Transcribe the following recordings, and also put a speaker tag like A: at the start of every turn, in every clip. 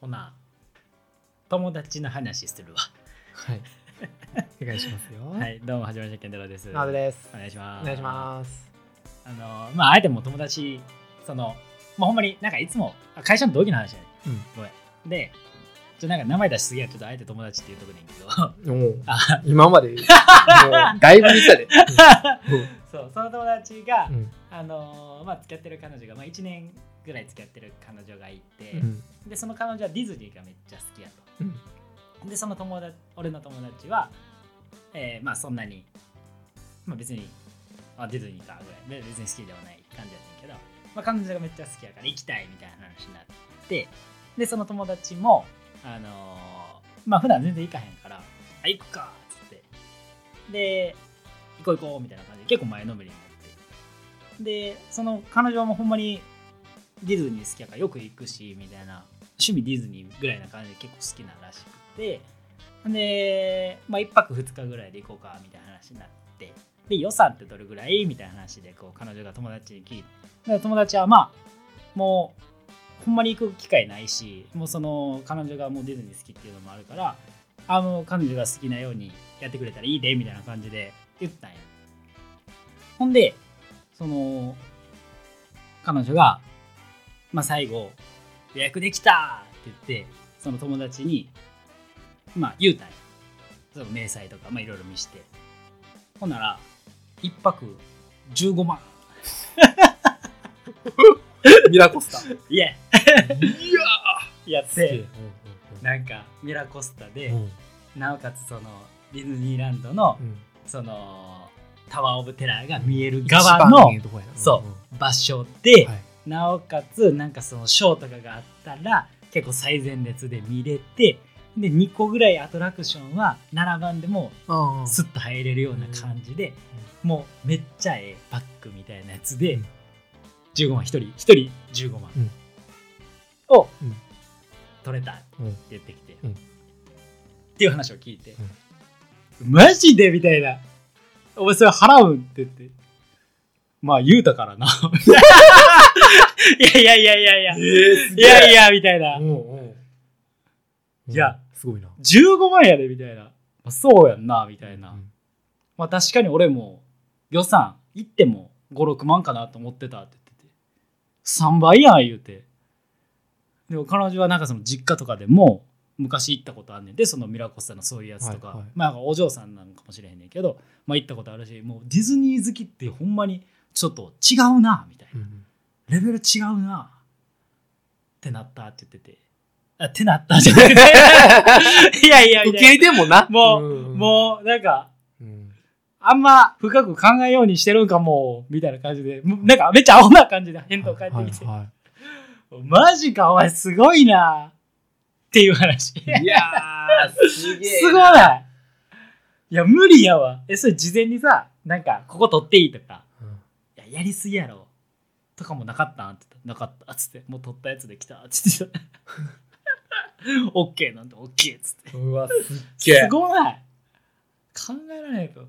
A: ほな友達の話するわ
B: はい。お願いしますよ。
A: は。いどうもはじめまして健太郎です
B: ナブです
A: お。願いします
B: お願いします。
A: すあのまああえてもう友達そのまあほんまになんかいつもあ会社の同期の話やね
B: うん。
A: ごめんでちょなんか名前出しすぎやちょっとあえて友達っていうとこでいいけど
B: おう
A: あ
B: 今まで、もう、だいぶ見たで。
A: そうその友達が、
B: うん。うん
A: あのまあ付き合ってる彼女が、まあ、1年ぐらい付き合ってる彼女がいて、
B: うん。
A: でその彼女はディズニーがめっちゃ好きやと
B: うん。
A: でその友達俺の友達は、えーまあそんなに、まあ、別にあディズニーかぐらいで別に好きではない感じやねんけど、まあ、彼女がめっちゃ好きやから行きたいみたいな話になってでその友達もあのーまあ普段全然行かへんから「あ行くか」っつってで行こう行こうみたいな感じで結構前のめりになってでその彼女もほんまにディズニー好きやからよく行くしみたいな趣味ディズニーぐらいな感じで結構好きならしくてで、まあ、1泊2日ぐらいで行こうかみたいな話になってで予算ってどれぐらいみたいな話でこう彼女が友達に聞いてで友達はまあもうほんまに行く機会ないしもうその彼女がもうディズニー好きっていうのもあるからあもう彼女が好きなようにやってくれたらいいでみたいな感じで言ったんやほんでその彼女が、まあ、最後予約できたって言ってその友達にまあ言うたんやその明細とかまあいろいろ見してほんなら一泊15万
B: ミラコスタ。
A: いや
B: いや
A: やっ
B: すげえ
A: てなんかミラコスタで、
B: うんうんうん
A: なおかつそのディズニーランドの
B: うん
A: そのタワー・オブ・テラーが見える
B: 一
A: 側
B: 番
A: の
B: ええとこやな
A: そ
B: んん
A: 場所で、
B: はい
A: なおかつなんかそのショーとかがあったら結構最前列で見れてで2個ぐらいアトラクションは7番でも
B: うんうん
A: スッと入れるような感じで、もうめっちゃええパックみたいなやつで、
B: うん
A: 15万1人1人15万、
B: うん
A: を、
B: うん
A: 取れたって
B: うん
A: 言ってきて、
B: うん
A: っていう話を聞いて、マジでみたいなお前それ払うんって言ってまあ言うたからないやいやいやいやいや
B: えーす
A: い
B: げえ
A: やいやみたいな、
B: うんうん
A: いや
B: すごいな
A: 15万やでみたいな、まあそうやんなみたいな、
B: うん
A: まあ確かに俺も予算行っても56万かなと思ってたって言ってて3倍やん言うてでも彼女はなんかその実家とかでも昔行ったことあんねんでそのミラコスタのそういうやつとか、
B: はいはい
A: まあなんかお嬢さんなのかもしれへんねんけど、まあ、行ったことあるしもうディズニー好きってほんまにちょっと違うなみたいな
B: う、ん
A: レベル違うなってなったって言っててあってなったじゃな くていやいや
B: うん
A: み
B: 受
A: たい
B: け
A: な
B: 入れてもな
A: もう、
B: んん
A: もうなんか
B: うん
A: あんま深く考えようにしてるんかも、みたいな感じで、むなんかめっちゃ青な感じで返答返ってきて、
B: はいはい
A: マジか、お前すごいなっていう話。
B: いやー、すげ
A: すごないいや、無理やわ。え、それ事前にさ、なんか、ここ取っていいとか、いや、やりすぎやろ。とかもなかったんって言ったなかったっつって、もう取ったやつできたって言ってた。 オッケーなんてオッケーっつって。
B: うわ、すっ
A: すごない考えられないと。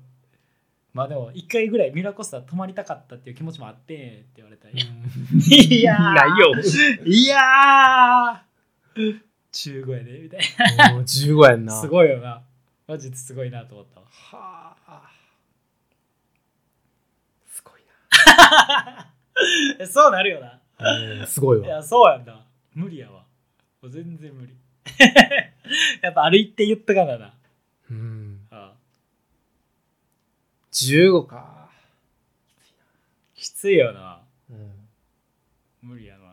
A: まあでも、一回ぐらいミラコスタ泊まりたかったっていう気持ちもあってって言われたり。いやー
B: ないよ。
A: いやー中古やで、みたい
B: もう15やん
A: な。
B: な。
A: す
B: い。
A: ごいよな。マジですごいなと思ったわ。
B: はあ。すごい
A: えそうなるよな。
B: な。うんすごい
A: い
B: わ。
A: や、そうやんな。無理やわ。もう全然無理。 やっぱ歩いて言ったからな。
B: うん。
A: ああ
B: 15か。
A: きついよな。
B: うん。
A: 無理やな。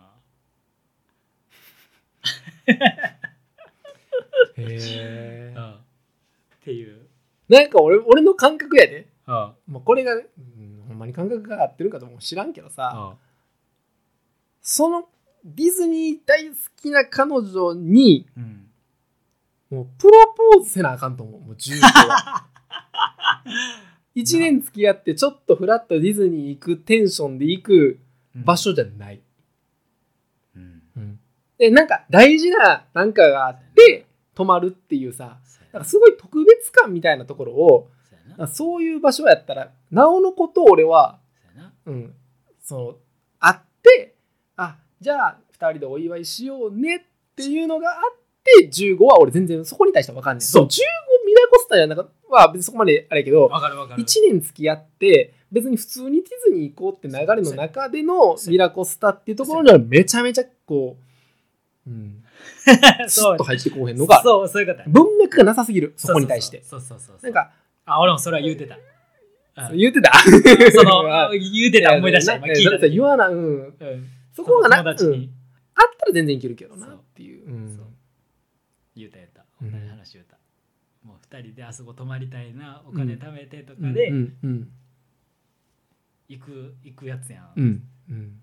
B: へえ
A: あ。あっていう。
B: なんか俺俺の感覚やで。
A: あ
B: まあ、これが、うんほんまに感覚が合ってるかどうかも知らんけど
A: あ
B: さ、
A: ああ
B: そのディズニー大好きな彼女に、
A: うん。
B: もうプロポーズせなあかんと思う。もう15は。1年付き合ってちょっとフラッとディズニー行くテンションで行く場所じゃない。
A: うん
B: で、なんか大事ななんかがあって泊まるっていうさ、
A: そう
B: な
A: や
B: んかすごい特別感みたいなところを、
A: そうや
B: なん
A: な
B: かそういう場所やったら、なおのこと俺は、
A: そうやな
B: うん、その、会って、あ、じゃあ2人でお祝いしようねっっていうのがあって15は俺全然そこに対しては分かんない
A: そう
B: 15ミラコスタやなんかは別にそこまであれやけど
A: わかるわかる
B: 1年付き合って別に普通にディズニー行こうって流れの中でのミラコスタっていうところにはめちゃめちゃこう、うん、ス
A: そう
B: ッと入ってこうへんのが
A: そうそういうことや
B: 文脈がなさすぎるそこに対して
A: そうそうそうそう
B: なんか
A: あ俺もそれは言うて たうん
B: 言うてた
A: そ
B: ま
A: の
B: あ
A: 言うてた思い出した今
B: いや
A: 聞いた
B: だって
A: 時
B: 言わなうん
A: うん
B: そこがな、
A: 友
B: うんあっ
A: 達に
B: たら全然いけるけどなっていううん
A: そう言うた言うた同じ話言うたもう二人であそこ泊まりたいなお金貯めてとかで
B: うんうん
A: 行く行くやつやん
B: うんうん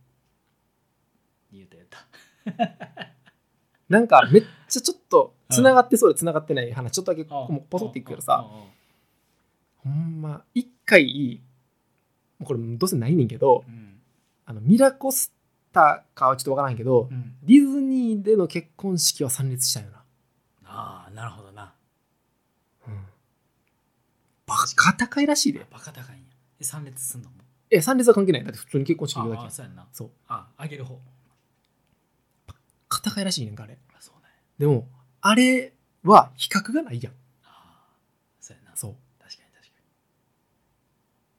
A: 言うた言うた
B: なんかめっちゃちょっとつながってそうでつながってない話ちょっとだけ
A: あ
B: もうポソっていくけどさ
A: うんうん
B: ほんま一回もうこれどうせないねんけど
A: うん
B: あのミラコスタかはちょっとわからんけど、
A: うん
B: ディズニーでの結婚式は参列したよな、
A: ああなるほどな
B: うん、バカ高いらしいで
A: バカ高いんやえ参列すんのも
B: え参列は関係ないだって普通に結婚式行くだけ
A: ああそうやんな
B: そう
A: ああげる方
B: バカ高いらしいねんかあれ
A: あそうなんや
B: でもあれは比較がないやん
A: ああそうやな
B: そう
A: 確かに確か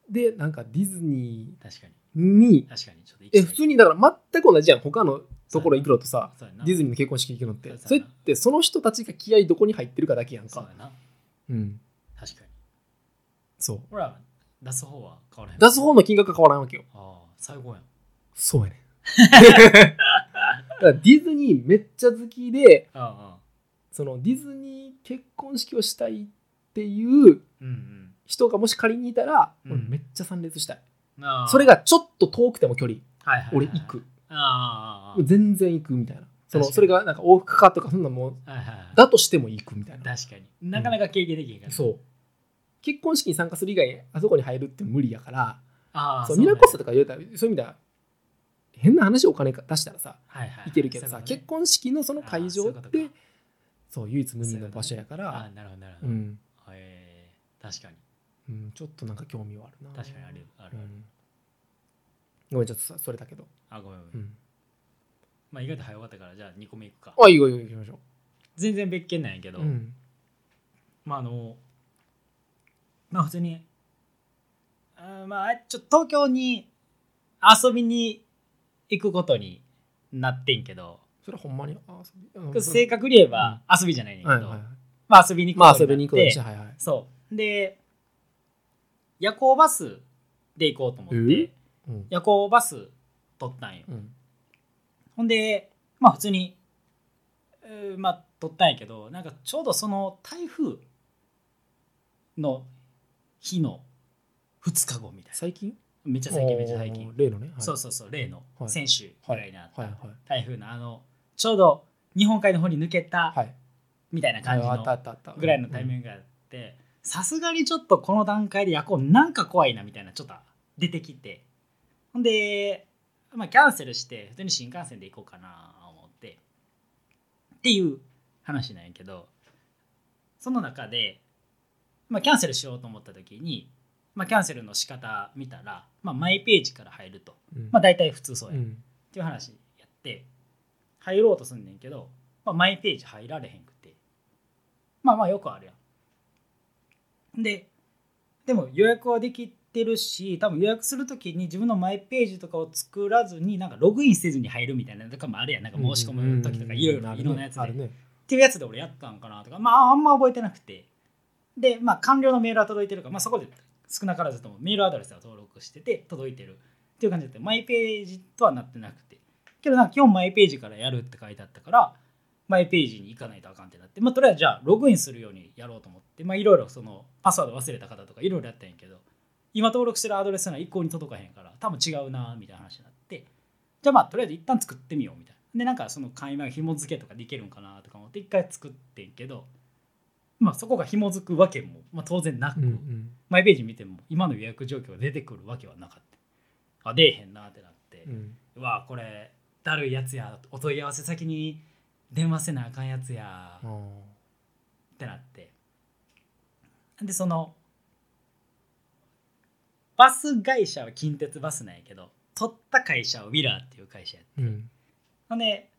B: でなんかディズニ
A: に確かに
B: ーに
A: 確かにちょっと
B: え普通
A: に
B: にだから全く同じやん他のところ行くのとさ
A: そうやな
B: ディズニーの結婚式行くのって
A: そうやな
B: それってその人たちが気合いどこに入ってるかだけやん
A: そう
B: か
A: やな
B: うん
A: 確かに
B: そう
A: ほら出す方は変わらへん
B: 出す方の金額が変わらんわけよ
A: ああ最高やん
B: そうやね だからディズニーめっちゃ好きで
A: ああ
B: そのディズニー結婚式をしたいっていう
A: うん
B: 人がもし仮にいたら、
A: うん
B: 俺めっちゃ参列したい
A: うんああ
B: それがちょっと遠くても距離
A: はいはいはい
B: 俺行く
A: ああああ
B: 全然行くみたいなその
A: 確かに
B: それがなんか往復かとかそんなもう
A: ああはいはいはい
B: だとしても行くみたいな
A: 確かになかなか経験できへんから
B: そう結婚式に参加する以外あそこに入るって無理やから
A: ああ
B: そう
A: な
B: ミ
A: んや
B: ラコスタとか言われたらそういう意味では変な話お金出したらさ
A: はいはい
B: いけるけどさ、
A: そういう
B: 結
A: こ
B: 婚式のその会場っ
A: あーそういう
B: て
A: こ
B: そう唯一無二の場所やか
A: とかああ
B: ら
A: なるほどなるほ
B: う
A: どへ
B: ん、
A: え確かに
B: うん、ちょっとなんか興味はあるな
A: 確かにあるあ
B: う
A: る
B: ん、ごめんちょっとさそれだけど、
A: あごめんご
B: う
A: めん
B: ん、
A: まあ意外と早かったからじゃあ2個目いくか
B: あいいよいいよ行きましょ
A: 全然別件なんやけ
B: う、
A: ど
B: うん、
A: まああのまあ普通にあーまあちょっと東京に遊びに行くことになってんけど
B: それはほんまにあ遊び
A: 正確に言えば遊びじゃないねんけど、
B: はいはいはい
A: まあ遊びに行く
B: まあ
A: こと
B: 遊
A: になって
B: びに行くのしはいはい
A: そうで夜行バスで行こうと思って、
B: えうん
A: 夜行バス取ったんよ
B: うん
A: ほんでまあ普通に、えーまあ取ったんやけどなんかちょうどその台風の日の2日後みたいな
B: 最近
A: めっちゃ最近めっちゃ最近
B: おー例のね、はい、
A: そうそうそう例の
B: はい
A: 先週ぐらいな
B: はいはい
A: 台風のあのちょうど日本海の方に抜け
B: は
A: た
B: い
A: みたいな感じ
B: はいあったあ
A: の
B: ったあった
A: ぐらいのタイミングがあってさすがにちょっとこの段階で夜行なんか怖いなみたいなちょっと出てきてほんで、まあ、キャンセルして普通に新幹線で行こうかな思ってっていう話なんやけどその中で、まあ、キャンセルしようと思った時に、まあ、キャンセルの仕方見たら、まあ、マイページから入ると、
B: うんうん
A: まあ、大体普通そうやん
B: うん
A: っていう話やって入ろうとすんねんけど、まあ、マイページ入られへんくてまあまあよくあるやんででも予約はできてるし多分予約するときに自分のマイページとかを作らずになんかログインせずに入るみたいなのとかもあるやんなんか申し込む時とかいろいろいろんなやつで、
B: あるね
A: っていうやつで俺やったんかなとかまああんま覚えてなくてでまあ完了のメールは届いてるから、まあ、そこで少なからずともメールアドレスは登録してて届いてるっていう感じだったマイページとはなってなくてけどなんか基本マイページからやるって書いてあったからマイページに行かないとあかんってなってまあとりあえずじゃあログインするようにやろうと思ってまあいろいろそのパスワード忘れた方とかいろいろやったんやけど今登録してるアドレスなら一向に届かへんから多分違うなみたいな話になってじゃあまあとりあえず一旦作ってみようみたいなでなんかその簡易な紐付けとかできるんかなとか思って一回作ってんけどまあそこが紐付くわけも、まあ、当然なく、
B: うんうん
A: マイページ見ても今の予約状況が出てくるわけはなかったあ出えへんなってなって、
B: うん
A: うわこれだるいやつやお問い合わせ先に電話せなあかんやつや
B: あー
A: ってなってでそのバス会社は近鉄バスなんやけど取った会社はウィラーっていう会社や
B: うん
A: ほんで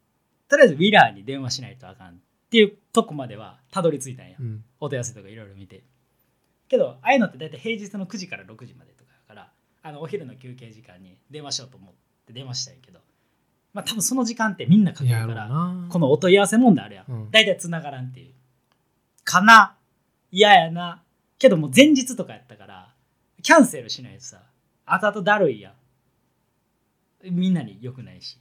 A: とりあえずウィラーに電話しないとあかんっていうとこまではたどり着いたんや、
B: うん
A: お問い合わせとかいろいろ見てけどああいうのって大体平日の9時から6時までとかだからあのお昼の休憩時間に電話しようと思って電話したんやけどまあ多分その時間ってみんなかけ
B: や
A: る
B: ろう
A: から
B: な
A: このお問い合わせ問題あるやん
B: うん
A: 大体つながらんっていうかな嫌やなけどもう前日とかやったからキャンセルしないとさ後々だるいやんみんなに良くないし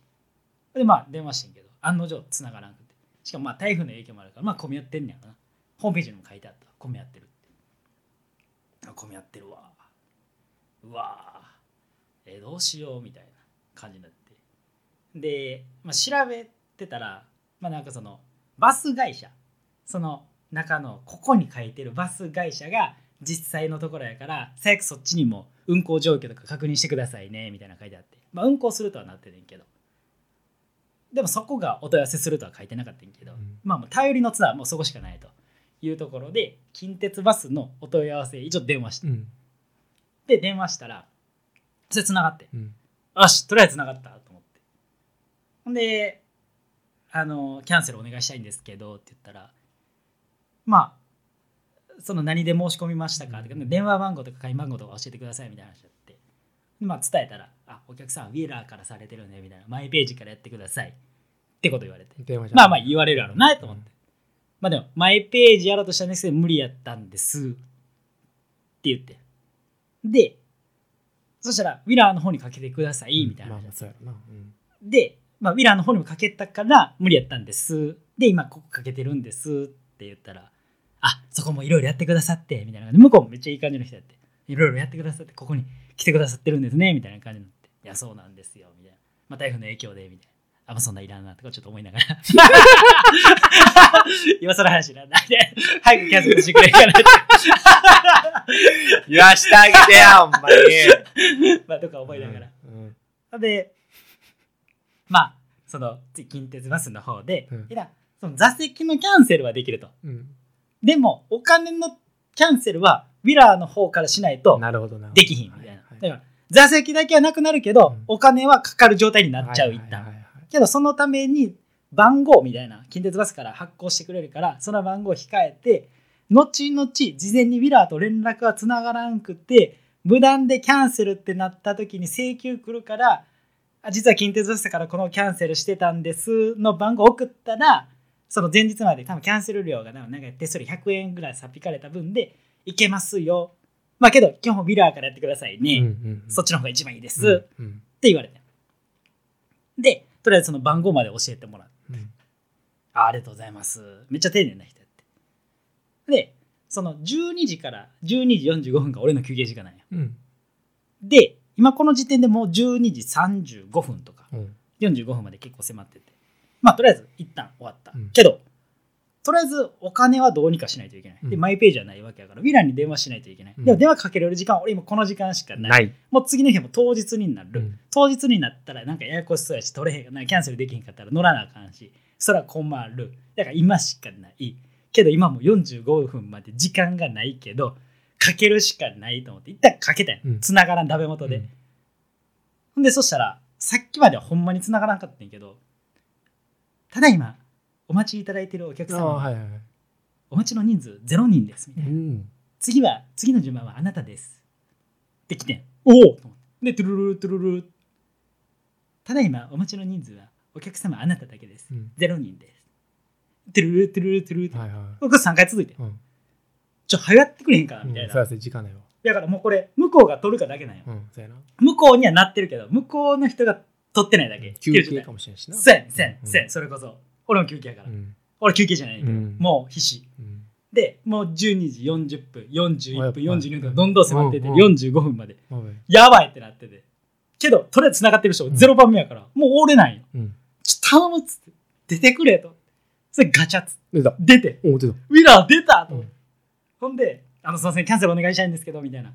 A: でまあ電話してんけど案の定つながらんくてしかもまあ台風の影響もあるからまあ混み合ってんねやろなホームページにも書いてあった混み合ってるってあ混み合ってるわうわえどうしようみたいな感じになってで、まあ、調べてたらまあなんかそのバス会社その中のここに書いてるバス会社が実際のところやから最悪そっちにも運行状況とか確認してくださいねみたいなの書いてあって、まあ、運行するとはなってねんけどでもそこがお問い合わせするとは書いてなかったんやけど、
B: うん
A: まあもう頼りのツアーもうそこしかないというところで近鉄バスのお問い合わせ一応電話して、
B: うん
A: で電話したらそれ繋がって
B: うん
A: よしとりあえず繋がったと思ってほんであの「キャンセルお願いしたいんですけど」って言ったらまあその何で申し込みましたかとか、
B: うん
A: 電話番号とか会員番号とか教えてくださいみたいな話だってでまあ伝えたら「あお客さんはウィーラーからされてるね」みたいな「マイページからやってください」ってこと言われて
B: 電話じゃん
A: まあまあ言われるやろうなと思って、まあでもマイページやろうとしたんですけど無理やったんですって言ってでそしたらウィラーの方にかけてくださいみたいな
B: まあ
A: 話
B: まあそうやろなうん
A: で、まあ、ウィラーの方にもかけたから無理やったんですで今ここかけてるんですって言ったらあそこもいろいろやってくださってみたいな感じで向こうもめっちゃいい感じの人やっていろいろやってくださってここに来てくださってるんですねみたいな感じになっていやそうなんですよみたいな、まあ、台風の影響でみたいなあんまそんないらんなとかちょっと思いながら今その話いらんないで早くキャンセルしてくれんかなって
B: 言わしてあげてや、ほんまに。
A: まあとか思いながら、
B: うん。
A: でまあその近鉄バスの方で、
B: うん
A: いやその座席のキャンセルはできると
B: うん。
A: でもお金のキャンセルはウィラーの方からしないと
B: なるほどな。
A: できひんみたいな、
B: はいはい
A: だから座席だけはなくなるけど、
B: うん
A: お金はかかる状態になっちゃう一旦、
B: はいはいはいはい
A: けどそのために番号みたいな近鉄バスから発行してくれるからその番号を控えて後々事前にウィラーと連絡がつながらんくて無断でキャンセルってなった時に請求来るからあ実は近鉄バスからこのキャンセルしてたんですの番号送ったらその前日まで多分キャンセル料がなんか手数料100円ぐらい差っ引かれた分でいけますよまあけど基本ウィラーからやってくださいね、
B: うんうんうん
A: そっちの方が一番いいです、っ
B: うん
A: て言われてでとりあえずその番号まで教えてもらって
B: うん
A: あありがとうございます。めっちゃ丁寧な人やって。で、その12時から12時45分が俺の休憩時間なんや。
B: うん
A: で、今この時点でもう12時35分とか、
B: うん
A: 45分まで結構迫ってて。まあ、とりあえず一旦終わった。
B: うん
A: けど、とりあえずお金はどうにかしないといけない。で、
B: うん
A: マイページはないわけやから、ウィランに電話しないといけない。
B: うん
A: でも電話かけれる時間は俺今この時間しかない。
B: ない。
A: もう次の日はもう当日になる。
B: うん
A: 当日になったらなんかややこしそうやし取れへんなんかキャンセルできへんかったら乗らなあかんしそら困るだから今しかないけど今もう45分まで時間がないけどかけるしかないと思って一旦かけたよ、
B: うん
A: 繋がらんダメ元で、ほんでそしたらさっきまではほんまに繋がらんかったんやけどただ今お待ちいただいてるお客
B: ああ、
A: 様、
B: はいはいはい。
A: お待ちの人数0人ですみた
B: う
A: いな、
B: ん。
A: 次は次の順番はあなたですって来てんおおでトゥルルルトゥルルルただいまお待ちの人数はお客様あなただけです、
B: うん
A: ゼロ人ですトゥルルルトゥルルルトゥルルル
B: はいはい。
A: これ3回続いて
B: うん。
A: ちょ早やってくれへんかな
B: うん
A: みたいな、
B: そうやせ、時間ないわ。
A: だからもうこれ向こうが取るかだけなんよ、
B: うん、そうやな。
A: 向こうにはなってるけど向こうの人が取ってないだけ、
B: 休憩か
A: も
B: もしれんしな。
A: せんせん
B: うん
A: せんそれこそ俺も休憩やから、
B: うん。
A: 俺休憩じゃないけど、
B: うん
A: もう必死
B: うん
A: でもう12時40分41分
B: はい
A: 42分どんどん迫っていって
B: うんうん
A: 45分まで
B: まあまあ
A: やばいってなってて。けど、とりあえず繋がってる人、
B: ん
A: ゼロ番目やから、もう折れないよ。
B: うん。
A: ちょ、頼むっつって、出てくれと。それガチャっつって、
B: 出た。
A: 出て、
B: お、出た。
A: ウィラー出たと、
B: うん
A: ほんで、あの、すいません、キャンセルお願いしたいんですけど、みたいな。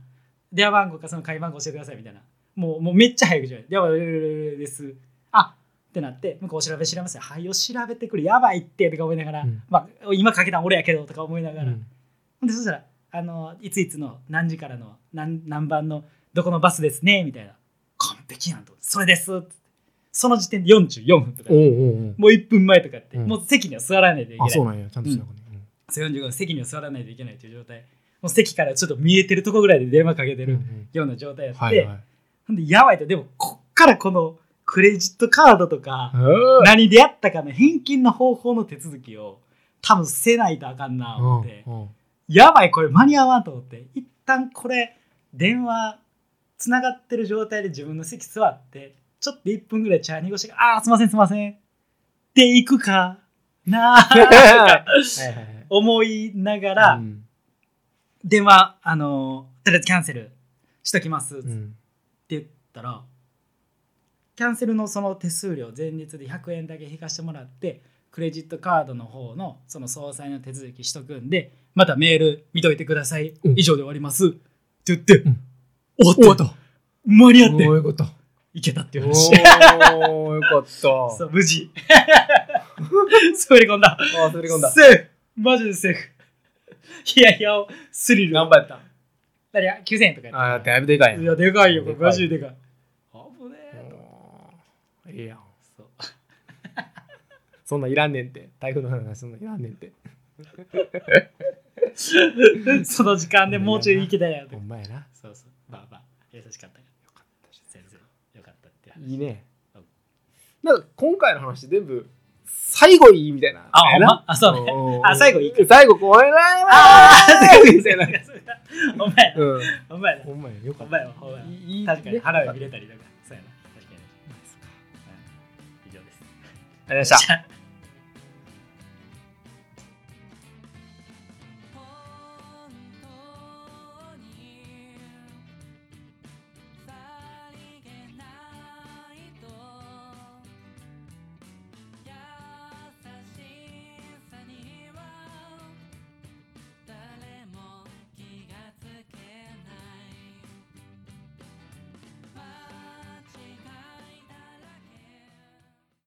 A: 電話番号かその会員番号教えてください、みたいな。もう、もうめっちゃ早くじゃない。電話です。あってなって、向こうお調べ調べして、はいよ、調べてくれ、やばいって、とか思いながら、
B: うん
A: まあ、今かけたん俺やけど、とか思いながら、
B: うん
A: ほんでそしたらあの「いついつの何時からの何何番のどこのバスですね」みたいな「完璧やん」と「それです」っつってその時点で44分とか
B: おう
A: も
B: おう
A: う1分前とかって、
B: うん
A: もう席には座らないといけ
B: お
A: な
B: う。あ、
A: い
B: そうなんや。ちゃんとしなあかんね。うん
A: そう45分席には座らないといけないという状態もう席からちょっと見えてるとこぐらいで電話かけて
B: う
A: る
B: ん
A: ような状態やって、
B: はいはい。
A: ほんでやばいとでもこっからこのクレジットカードとか
B: うん
A: 何でやったかの返金の方法の手続きを多分せないとあかんな思って、
B: うん
A: やばいこれ間に合わんと思って一旦これ電話つながってる状態で自分の席座ってちょっと1分ぐらいチャーニングしてああすいませんすいませんで行くかな あ思いながら、
B: うん
A: 電話あのとりあえずキャンセルしときますって
B: うん
A: 言ったら、キャンセルのその手数料前日で100円だけ引かしてもらってクレジットカードの方のその総裁の手続きしとくんでまたメール見といてください、
B: うん
A: 以上で終わりますって言って、
B: ん
A: 終わった
B: 終わった。
A: 間に合
B: お
A: って
B: ーよかった。
A: いけたっていう話
B: おーよかった。
A: そう無事滑り込んだ
B: あー、滑り込んだ。
A: セーフマジでセーフいやいやスリル
B: 何倍やった
A: 何や9000円とかやった
B: あー、だいぶでかい
A: い
B: な。
A: や、でかいよ、これ、
B: でかい
A: マジででかい。危ねえと。
B: おーええやん。
A: そう
B: そんなんいらんねんって。台風の話、そんなんいらんねんって。
A: その時間でもうちょい行けたやんと
B: ほ。んまやな。
A: そうそう。まあまあ、優しかったよ。よかったし、全然よかったって話。
B: いいね
A: うん。
B: なんか今回の話全部最後いいみたいな。
A: あ、ほん
B: や
A: ま
B: な
A: あ、そう ね。
B: ん
A: あ最後いいか
B: 最後これな
A: ああ、
B: 最後いい
A: み
B: みたいな。
A: お前
B: うん。
A: お前
B: ほんまやよか
A: お
B: っ
A: 前ほんま
B: た。
A: や。
B: いい
A: 確かに
B: ね
A: 腹を見れたりとか。そうやな。確かに。うん以上です。
B: ありがとうございました。
A: じゃあ